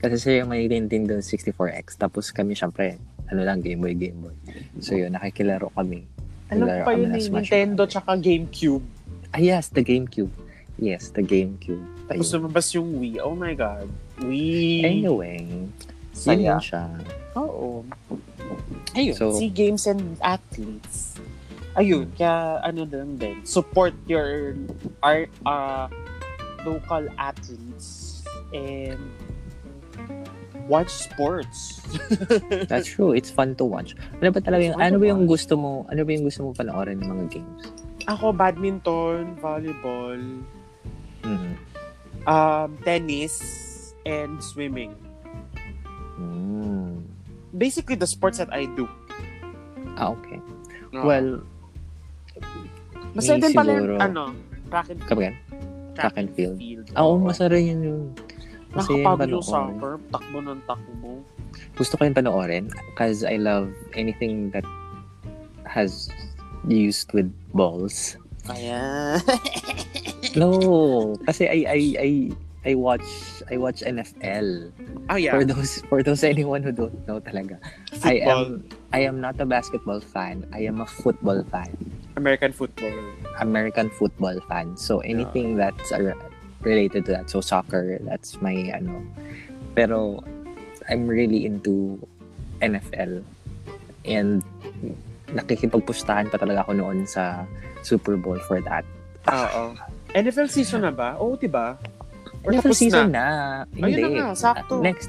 Speaker 1: Kasi siya yung may Nintendo 64X. Tapos kami, syempre, ano lang, Game Boy, Game Boy. So yun, nakikilaro kami.
Speaker 2: Ano
Speaker 1: Nilalaro
Speaker 2: pa
Speaker 1: kami
Speaker 2: yun
Speaker 1: ng
Speaker 2: eh,
Speaker 1: Smash
Speaker 2: Nintendo
Speaker 1: Bros.
Speaker 2: tsaka GameCube.
Speaker 1: Ah, yes, the GameCube. Yes, the GameCube. Ayun.
Speaker 2: Tapos lumabas yung Wii. Oh my God. Wii.
Speaker 1: Anyway, yun
Speaker 2: Saya.
Speaker 1: lang siya.
Speaker 2: Oo. Ayun,
Speaker 1: So-
Speaker 2: si games and athletes. Ayun, kaya ano din din. Support your art, uh, local athletes and watch sports.
Speaker 1: That's true. It's fun to watch. Ano ba talaga
Speaker 2: It's
Speaker 1: yung,
Speaker 2: fun to
Speaker 1: ano ba yung
Speaker 2: watch.
Speaker 1: gusto mo, ano ba yung gusto mo panoorin ng mga games?
Speaker 2: Ako, badminton, volleyball,
Speaker 1: Mm.
Speaker 2: um, tennis, and swimming.
Speaker 1: Mm.
Speaker 2: Basically, the sports that I do.
Speaker 1: Ah, okay. Well,
Speaker 2: masaya
Speaker 1: may
Speaker 2: din pala yung,
Speaker 1: siguro-
Speaker 2: ano, track and,
Speaker 1: kapag track and field. Ah,
Speaker 2: Oo.
Speaker 1: Oo, masarap yun yung masaya yung
Speaker 2: Nakakapagod yung
Speaker 1: panoorin.
Speaker 2: soccer, takbo ng takbo.
Speaker 1: Gusto ko yung panoorin because I love anything that has used with balls.
Speaker 2: Ayan.
Speaker 1: No, kasi I I I I watch I watch NFL.
Speaker 2: Ah, yeah.
Speaker 1: For those for those anyone who don't know talaga. I am I am not a basketball fan. I am a football fan.
Speaker 2: American football.
Speaker 1: American football fan. So anything that's uh, related to that. So soccer, that's my ano. Pero I'm really into NFL. And nakikipagpustahan pa talaga ako noon sa Super Bowl for that.
Speaker 2: Oo. NFL season na ba? Oo, diba? Or
Speaker 1: NFL
Speaker 2: tapos
Speaker 1: season
Speaker 2: na?
Speaker 1: na.
Speaker 2: Ayun
Speaker 1: Hindi.
Speaker 2: na nga, sakto.
Speaker 1: Uh, Next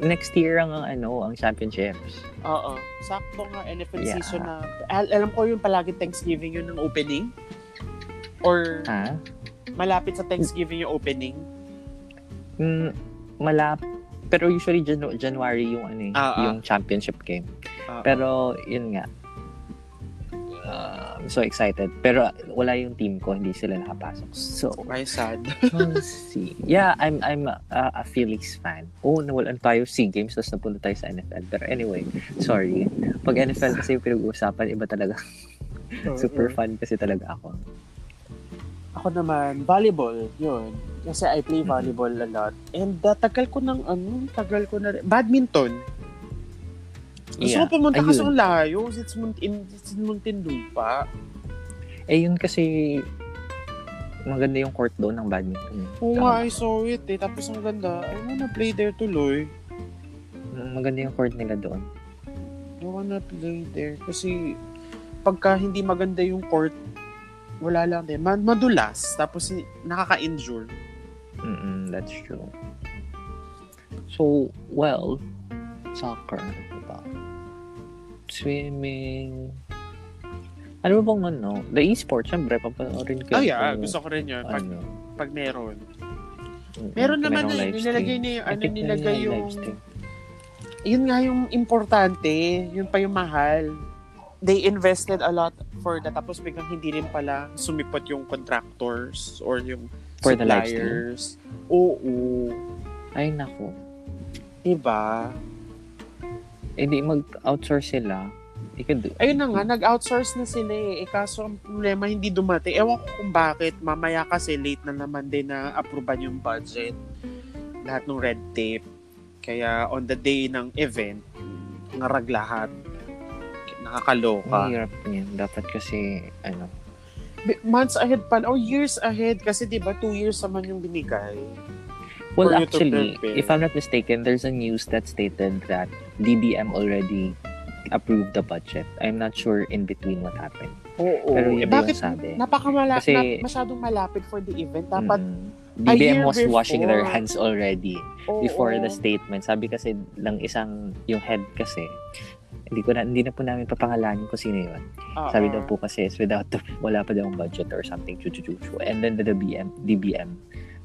Speaker 1: next year ang ano, ang championships.
Speaker 2: Oo. Sakto nga, NFL
Speaker 1: Yeah.
Speaker 2: season na. Al- alam ko yung palagi Thanksgiving yun ng opening. Or
Speaker 1: Ha?
Speaker 2: malapit sa Thanksgiving yung opening.
Speaker 1: Mm, malap pero usually Janu- January yung ano eh,
Speaker 2: Ah, ah.
Speaker 1: yung championship game.
Speaker 2: Oo.
Speaker 1: Pero yun nga. Uh, I'm so excited. Pero wala yung team ko, hindi sila nakapasok. So,
Speaker 2: Why sad?
Speaker 1: we'll see. Yeah, I'm I'm a, a Felix fan. Oh, nawalan tayo SEA Games tapos napunta tayo sa NFL. Pero anyway, sorry. Pag NFL kasi yung pinag-uusapan, iba talaga. Super fan kasi talaga ako.
Speaker 2: Ako naman, volleyball, yun. Kasi I play
Speaker 1: Mm-hmm.
Speaker 2: volleyball a lot. And uh, tagal ko ng, ano, tagal ko na rin. Badminton. Gusto
Speaker 1: Yeah.
Speaker 2: ko pumunta kasi
Speaker 1: Ayun.
Speaker 2: ang layo. It's, muntin, it's Muntinlupa.
Speaker 1: Eh, yun kasi maganda yung court doon ng badminton.
Speaker 2: Oo
Speaker 1: Tama.
Speaker 2: nga, I saw it eh. Tapos ang ganda. I wanna play there tuloy.
Speaker 1: Maganda yung court nila doon.
Speaker 2: I wanna play there. Kasi pagka hindi maganda yung court, wala lang din. Ma- madulas. Tapos eh, nakaka-injure.
Speaker 1: Mm-mm, that's true. So, well, soccer, ano ba? Swimming. Ano ba bang ano? The esports, syempre, papanoorin ko.
Speaker 2: Oh yeah, gusto ko rin yun. Pag,
Speaker 1: ano,
Speaker 2: pag meron.
Speaker 1: mm,
Speaker 2: Meron
Speaker 1: may
Speaker 2: naman
Speaker 1: ng
Speaker 2: na
Speaker 1: live
Speaker 2: nilagay
Speaker 1: stream.
Speaker 2: na yung,
Speaker 1: I
Speaker 2: ano
Speaker 1: think may
Speaker 2: nilagay
Speaker 1: live
Speaker 2: yung,
Speaker 1: stream.
Speaker 2: yun nga yung importante, yun pa yung mahal. They invested a lot for that. Tapos biglang hindi rin pala sumipot yung contractors or yung
Speaker 1: For the live stream?
Speaker 2: suppliers. Oo.
Speaker 1: Ay, nako.
Speaker 2: Diba?
Speaker 1: Eh, di mag-outsource sila. You can do.
Speaker 2: Ayun na nga, nag-outsource na sila eh. eh kaso ang problema, hindi dumating. Ewan ko kung bakit. Mamaya kasi late na naman din na aproban yung budget. Lahat ng red tape. Kaya on the day ng event, ngarag lahat. Nakakaloka.
Speaker 1: Ang hirap niyan. Dapat kasi, ano,
Speaker 2: Bi- months ahead pa or years ahead kasi 'di ba 2 years naman yung binigay.
Speaker 1: Well,
Speaker 2: for you to
Speaker 1: actually,
Speaker 2: prepare.
Speaker 1: if I'm not mistaken, there's a news that stated that DBM already approved the budget. I'm not sure in between what happened.
Speaker 2: Oo.
Speaker 1: Pero
Speaker 2: eh,
Speaker 1: yun
Speaker 2: bakit
Speaker 1: yung sabi.
Speaker 2: napakamala
Speaker 1: Kasi-
Speaker 2: na- masyadong malapit for the event dapat
Speaker 1: Mm.
Speaker 2: a
Speaker 1: DBM
Speaker 2: year
Speaker 1: was washing
Speaker 2: before.
Speaker 1: their
Speaker 2: Oh.
Speaker 1: hands already
Speaker 2: oo.
Speaker 1: before the statement. Sabi kasi ng isang yung head kasi hindi ko na hindi na po namin papangalanin kung sino yun.
Speaker 2: Oo.
Speaker 1: Sabi daw po kasi it's without the, wala pa daw ang budget or something chuchuchuchu. And then the DBM DBM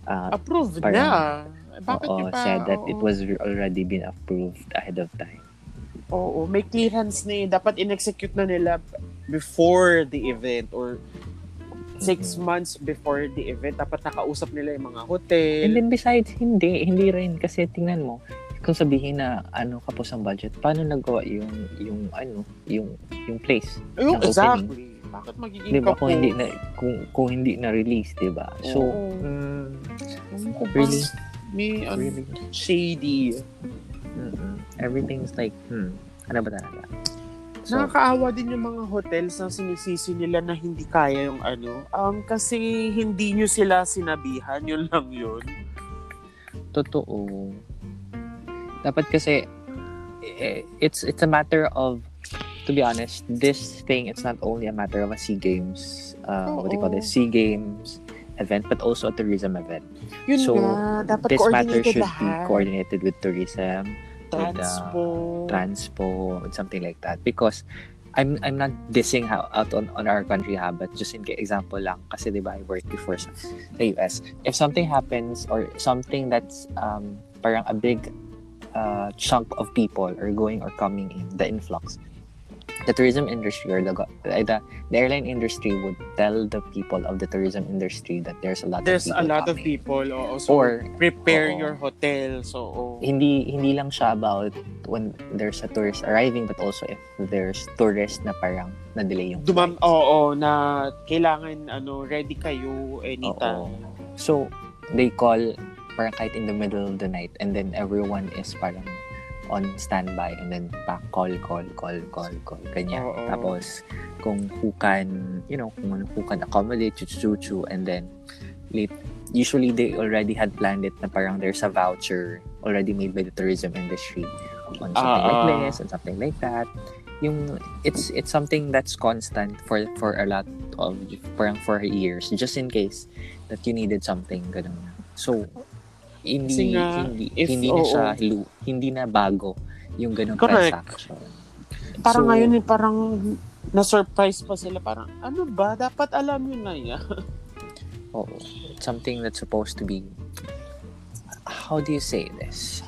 Speaker 1: uh,
Speaker 2: approved
Speaker 1: Parang-
Speaker 2: na. Ah, Bakit
Speaker 1: oo,
Speaker 2: yung pa?
Speaker 1: said that it
Speaker 2: oo.
Speaker 1: was already been approved ahead of time.
Speaker 2: Oo, may clearance na eh. Dapat in-execute na nila before the event or six
Speaker 1: Mhm.
Speaker 2: months before the event. Dapat nakausap nila yung mga hotel.
Speaker 1: And then besides, hindi. Hindi rin. Kasi tingnan mo, kung sabihin na ano kapos ang budget, paano nagawa yung, yung ano, yung, yung place?
Speaker 2: Ayun,
Speaker 1: ng opening.
Speaker 2: exactly. Bakit magiging
Speaker 1: Di ba?
Speaker 2: kapos?
Speaker 1: Kung hindi na, kung, kung hindi na release, di ba? So,
Speaker 2: Oo.
Speaker 1: mm,
Speaker 2: Ewan ko ba?
Speaker 1: really,
Speaker 2: May, ano,
Speaker 1: really,
Speaker 2: shady.
Speaker 1: mm-mm. everything's like, hmm, ano ba talaga? So,
Speaker 2: Nakakaawa din yung mga hotels na sinisisi nila na hindi kaya yung ano. Um, kasi hindi nyo sila sinabihan, yun lang yun.
Speaker 1: totoo. Dapat kasi, eh, it's, it's a matter of to be honest, this thing it's not only a matter of a Sea Games, uh, what do you call
Speaker 2: Oo.
Speaker 1: this, Sea Games event, but also a tourism event.
Speaker 2: Yun
Speaker 1: So,
Speaker 2: nga, Ah, dapat
Speaker 1: this matter
Speaker 2: coordinated
Speaker 1: should be
Speaker 2: lahat.
Speaker 1: coordinated uh, with tourism,
Speaker 2: Transport.
Speaker 1: transpo, and something like that. Because I'm I'm not dissing how, out on, on our country ha, but just in ca- example lang, kasi di ba I worked before sa, sa US. If something happens or something that's um, parang a big uh, chunk of people are going or coming in, the influx, the tourism industry or the, go- uh, the, the airline industry would tell the people of the tourism industry that there's a lot
Speaker 2: There's a
Speaker 1: of people
Speaker 2: lot of
Speaker 1: coming.
Speaker 2: people. Oo, so,
Speaker 1: Or
Speaker 2: prepare
Speaker 1: oo.
Speaker 2: your hotel. So, oo.
Speaker 1: hindi hindi lang siya about when there's a tourist arriving but also if there's tourist na parang na-delay yung
Speaker 2: Dumam,
Speaker 1: flights.
Speaker 2: oo, na kailangan, ano, ready kayo anytime.
Speaker 1: So, they call parang kahit in the middle of the night and then everyone is parang on standby and then pa call, call, call, call, call, ganyan.
Speaker 2: Oo.
Speaker 1: Tapos, kung who can, you know, kung ano, who can accommodate, chuchuchu, and then late, usually they already had planned it na parang there's a voucher already made by the tourism industry on something like
Speaker 2: Ah.
Speaker 1: this and something like that. Yung, it's it's something that's constant for for a lot of parang for years just in case that you needed something ganun. So
Speaker 2: Kasi
Speaker 1: hindi
Speaker 2: nga,
Speaker 1: hindi
Speaker 2: if-
Speaker 1: hindi na
Speaker 2: oo.
Speaker 1: siya lu- hindi na bago yung ganung
Speaker 2: Correct.
Speaker 1: transaction.
Speaker 2: Parang
Speaker 1: So,
Speaker 2: ngayon, eh, parang na-surprise pa sila. Parang, ano ba? Dapat alam yun na yan.
Speaker 1: oo. It's Oh, something that's supposed to be how do you say this?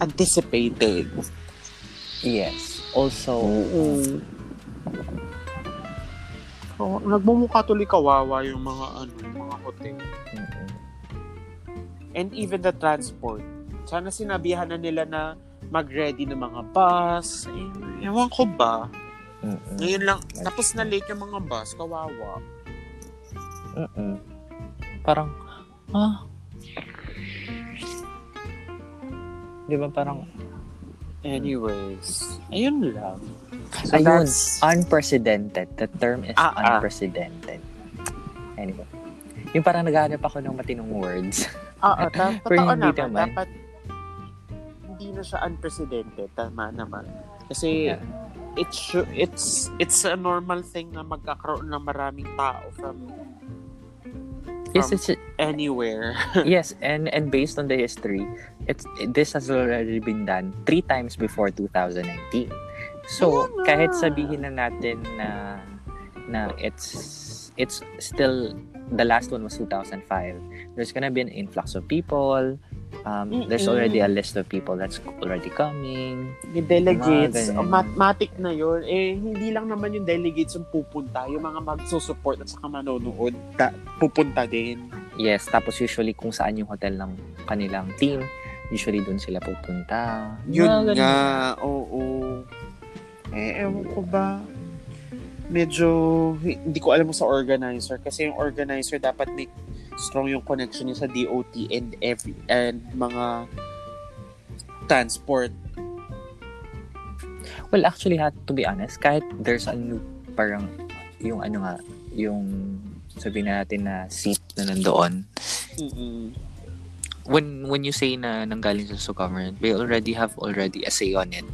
Speaker 2: Anticipated.
Speaker 1: Yes. Also
Speaker 2: Oh, nagmumukha tuloy kawawa yung mga ano, yung mga hotel.
Speaker 1: Mm-mm.
Speaker 2: And even the transport. Sana sinabihan na nila na mag-ready ng mga bus. Eh, ewan ko ba?
Speaker 1: Mm-mm.
Speaker 2: Ngayon lang, tapos na late yung mga bus. Kawawa.
Speaker 1: Mm-mm. mm, Parang, ah. Di ba parang,
Speaker 2: Anyways, ayun lang. So
Speaker 1: ayun,
Speaker 2: that's-
Speaker 1: unprecedented. The term is
Speaker 2: Ah, ah.
Speaker 1: unprecedented. Anyway. Yung parang naghahanap ako ng matinong words.
Speaker 2: Oo, ta-
Speaker 1: Pero
Speaker 2: totoo
Speaker 1: hindi
Speaker 2: naman.
Speaker 1: naman.
Speaker 2: Dapat hindi na siya unprecedented. Tama naman. Kasi
Speaker 1: Yeah.
Speaker 2: it's it's it's a normal thing na magkakaroon ng maraming tao from
Speaker 1: Yes,
Speaker 2: From-
Speaker 1: it's,
Speaker 2: anywhere.
Speaker 1: yes, and and based on the history, it's this has already been done three times before 2019.
Speaker 2: Kaya
Speaker 1: So,
Speaker 2: nga.
Speaker 1: kahit sabihin na natin na na it's it's still the last one was 2005. There's gonna be an influx of people. Um, there's
Speaker 2: Mm-mm.
Speaker 1: already a list of people that's already coming.
Speaker 2: Yung delegates,
Speaker 1: Mga
Speaker 2: oh,
Speaker 1: ganyan.
Speaker 2: mathematic na yun. Eh, hindi lang naman yung delegates yung pupunta. Yung mga magsusupport at saka manonood, ta- pupunta din.
Speaker 1: Yes, tapos usually kung saan yung hotel ng kanilang team, usually doon sila pupunta.
Speaker 2: Yun
Speaker 1: Mga ganun.
Speaker 2: nga, oo. Eh, ewan ko ba? Medyo, hindi ko alam sa organizer. Kasi yung organizer dapat may strong yung connection niya sa DOT and every, and mga transport.
Speaker 1: Well, actually, ha, to be honest, kahit there's a new, parang, yung ano nga, yung sabihin na natin na seat na nandoon,
Speaker 2: Mm-mm.
Speaker 1: when when you say na nanggaling sa so government, we already have already a say on it.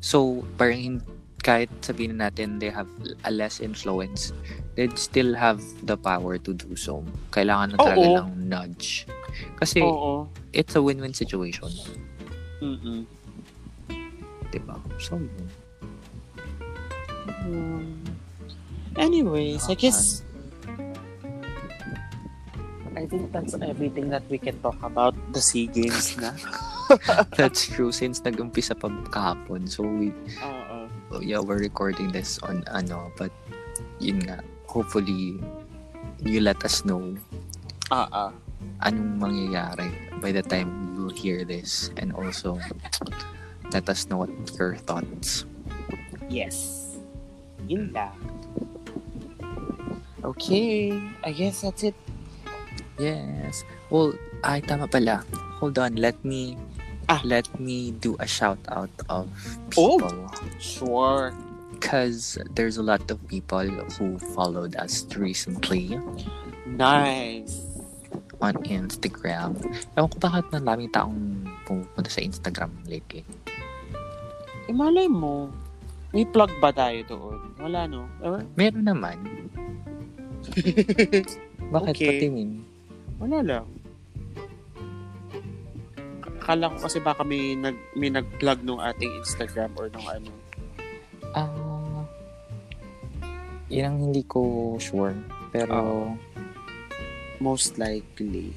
Speaker 1: So, parang hin- kahit sabihin na natin they have a less influence, they still have the power to do so. Kailangan na talaga
Speaker 2: Oo.
Speaker 1: ng nudge. Kasi
Speaker 2: Oo.
Speaker 1: it's a win-win situation,
Speaker 2: Mm-mm.
Speaker 1: 'di ba? So, yun.
Speaker 2: Hmm. Anyways, I guess I think that's everything that we can talk about the SEA Games na.
Speaker 1: that's true since nag-umpisa pa kahapon. So, we
Speaker 2: Oo.
Speaker 1: Oh, yeah, we're recording this on ano, but yun nga, hopefully you let us know
Speaker 2: Oo.
Speaker 1: anong mangyayari by the time you hear this and also let us know what your thoughts.
Speaker 2: Yes. Yun lang. Mm. Okay. I guess that's it.
Speaker 1: Yes. Well, ay tama pala. Hold on, let me
Speaker 2: Ah.
Speaker 1: let me do a shout out of
Speaker 2: Oh.
Speaker 1: people
Speaker 2: Sure.
Speaker 1: because there's a lot of people who followed us recently.
Speaker 2: Nice.
Speaker 1: on Instagram. Ewan ko bakit maraming taong pumupunta sa Instagram lately.
Speaker 2: Imalay Eh, mo. May plug ba tayo doon? Wala, no? Eh,
Speaker 1: Meron naman. bakit
Speaker 2: Okay.
Speaker 1: patingin?
Speaker 2: Wala lang. Akala ko kasi baka may, nag, may nag-plug nung ating Instagram or nung ano.
Speaker 1: Ah, yun ang hindi ko sure. Pero,
Speaker 2: Most likely.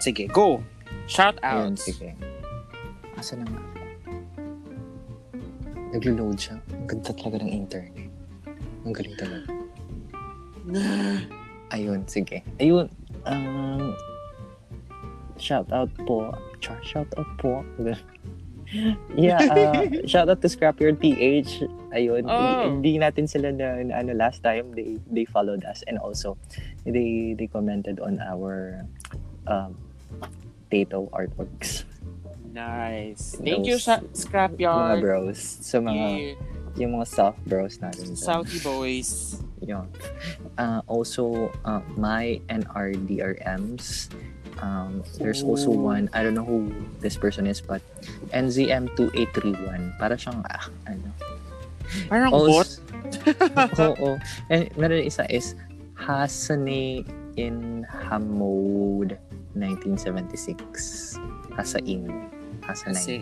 Speaker 2: Sige, go! Shout out!
Speaker 1: ayun, sige. Asa na nga? Naglo-load siya. Ang ganda talaga ng internet. Ang galing talaga. Ayun, sige. Ayun, um, shout out po. Char, shout out po. yeah, uh, shout out to Scrapyard PH. Ayun,
Speaker 2: Oh.
Speaker 1: hindi natin sila na, na ano last time they they followed us and also they they commented on our um Tato artworks.
Speaker 2: Nice. Thank you,
Speaker 1: Those-
Speaker 2: Sha-
Speaker 1: Mga
Speaker 2: Scrapyard.
Speaker 1: bros. So, mga,
Speaker 2: Yeah.
Speaker 1: yung mga soft bros natin.
Speaker 2: Saudi boys.
Speaker 1: Yun. Uh, also, uh, my and our DRMs. Um, there's also
Speaker 2: Ooh.
Speaker 1: one, I don't know who this person is, but NZM2831. Para siyang, ah, ano.
Speaker 2: Parang bot.
Speaker 1: Also- Oo. And meron isa is Hasane in Hamoud 1976. Hasain. Hasanain.
Speaker 2: Kasi,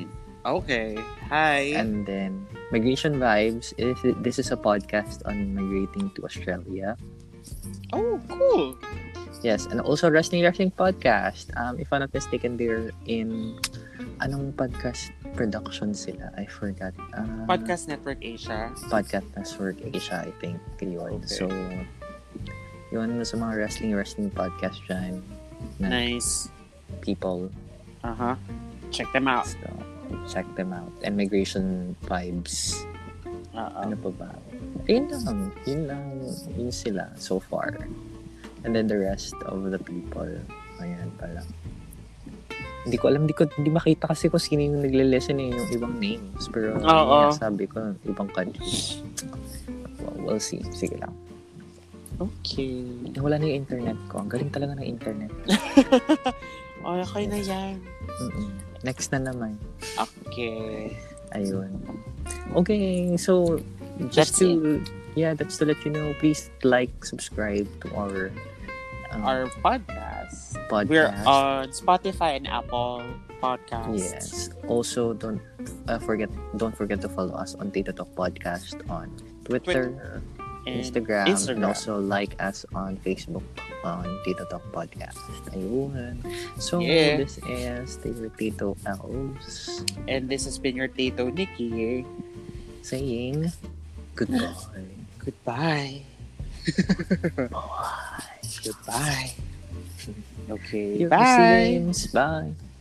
Speaker 2: okay. Hi.
Speaker 1: And then, Migration Vibes. If this is a podcast on migrating to Australia.
Speaker 2: oh, cool.
Speaker 1: Yes, and also Wrestling Wrestling Podcast. Um, if I'm not mistaken, they're in... Anong podcast production sila. I forgot. Ah,
Speaker 2: Podcast Network Asia.
Speaker 1: Podcast Network Asia, I think. Yun.
Speaker 2: Okay.
Speaker 1: So, yun sa mga wrestling-wrestling podcast dyan na
Speaker 2: Nice.
Speaker 1: people.
Speaker 2: Uh-huh. Check them out.
Speaker 1: So, check them out. And Migration Vibes.
Speaker 2: Uh-uh.
Speaker 1: Ano pa ba? Ayun lang. Yun lang. Yun sila so far. And then the rest of the people. Ayan pala. Hindi ko alam, hindi ko hindi makita kasi kung sino yung nagle-lesson eh, yung ibang names. Pero yun
Speaker 2: Oo.
Speaker 1: nga, sabi ko, ibang country. Well, we'll see. Sige lang.
Speaker 2: Okay.
Speaker 1: Eh, Wala na yung internet ko. Ang galing talaga ng internet.
Speaker 2: Oh, okay na yan.
Speaker 1: Mm-mm. Next na naman.
Speaker 2: Okay.
Speaker 1: Ayun. Okay, so just
Speaker 2: That's
Speaker 1: to yeah, that's to let you know, please like, subscribe to our um,
Speaker 2: Our podcast.
Speaker 1: podcast.
Speaker 2: We're on Spotify and Apple Podcasts.
Speaker 1: yes. Also, don't uh, forget don't forget to follow us on Data Talk Podcast on Twitter,
Speaker 2: And
Speaker 1: Instagram, and
Speaker 2: Instagram.
Speaker 1: also like us on Facebook on Data Talk Podcast. Ayun. So
Speaker 2: Yeah.
Speaker 1: this is the Tito Elves
Speaker 2: And this has been your Tito Nikki.
Speaker 1: saying goodbye.
Speaker 2: Goodbye. Goodbye. Okay.
Speaker 1: Your
Speaker 2: Bye.
Speaker 1: resilience. Bye.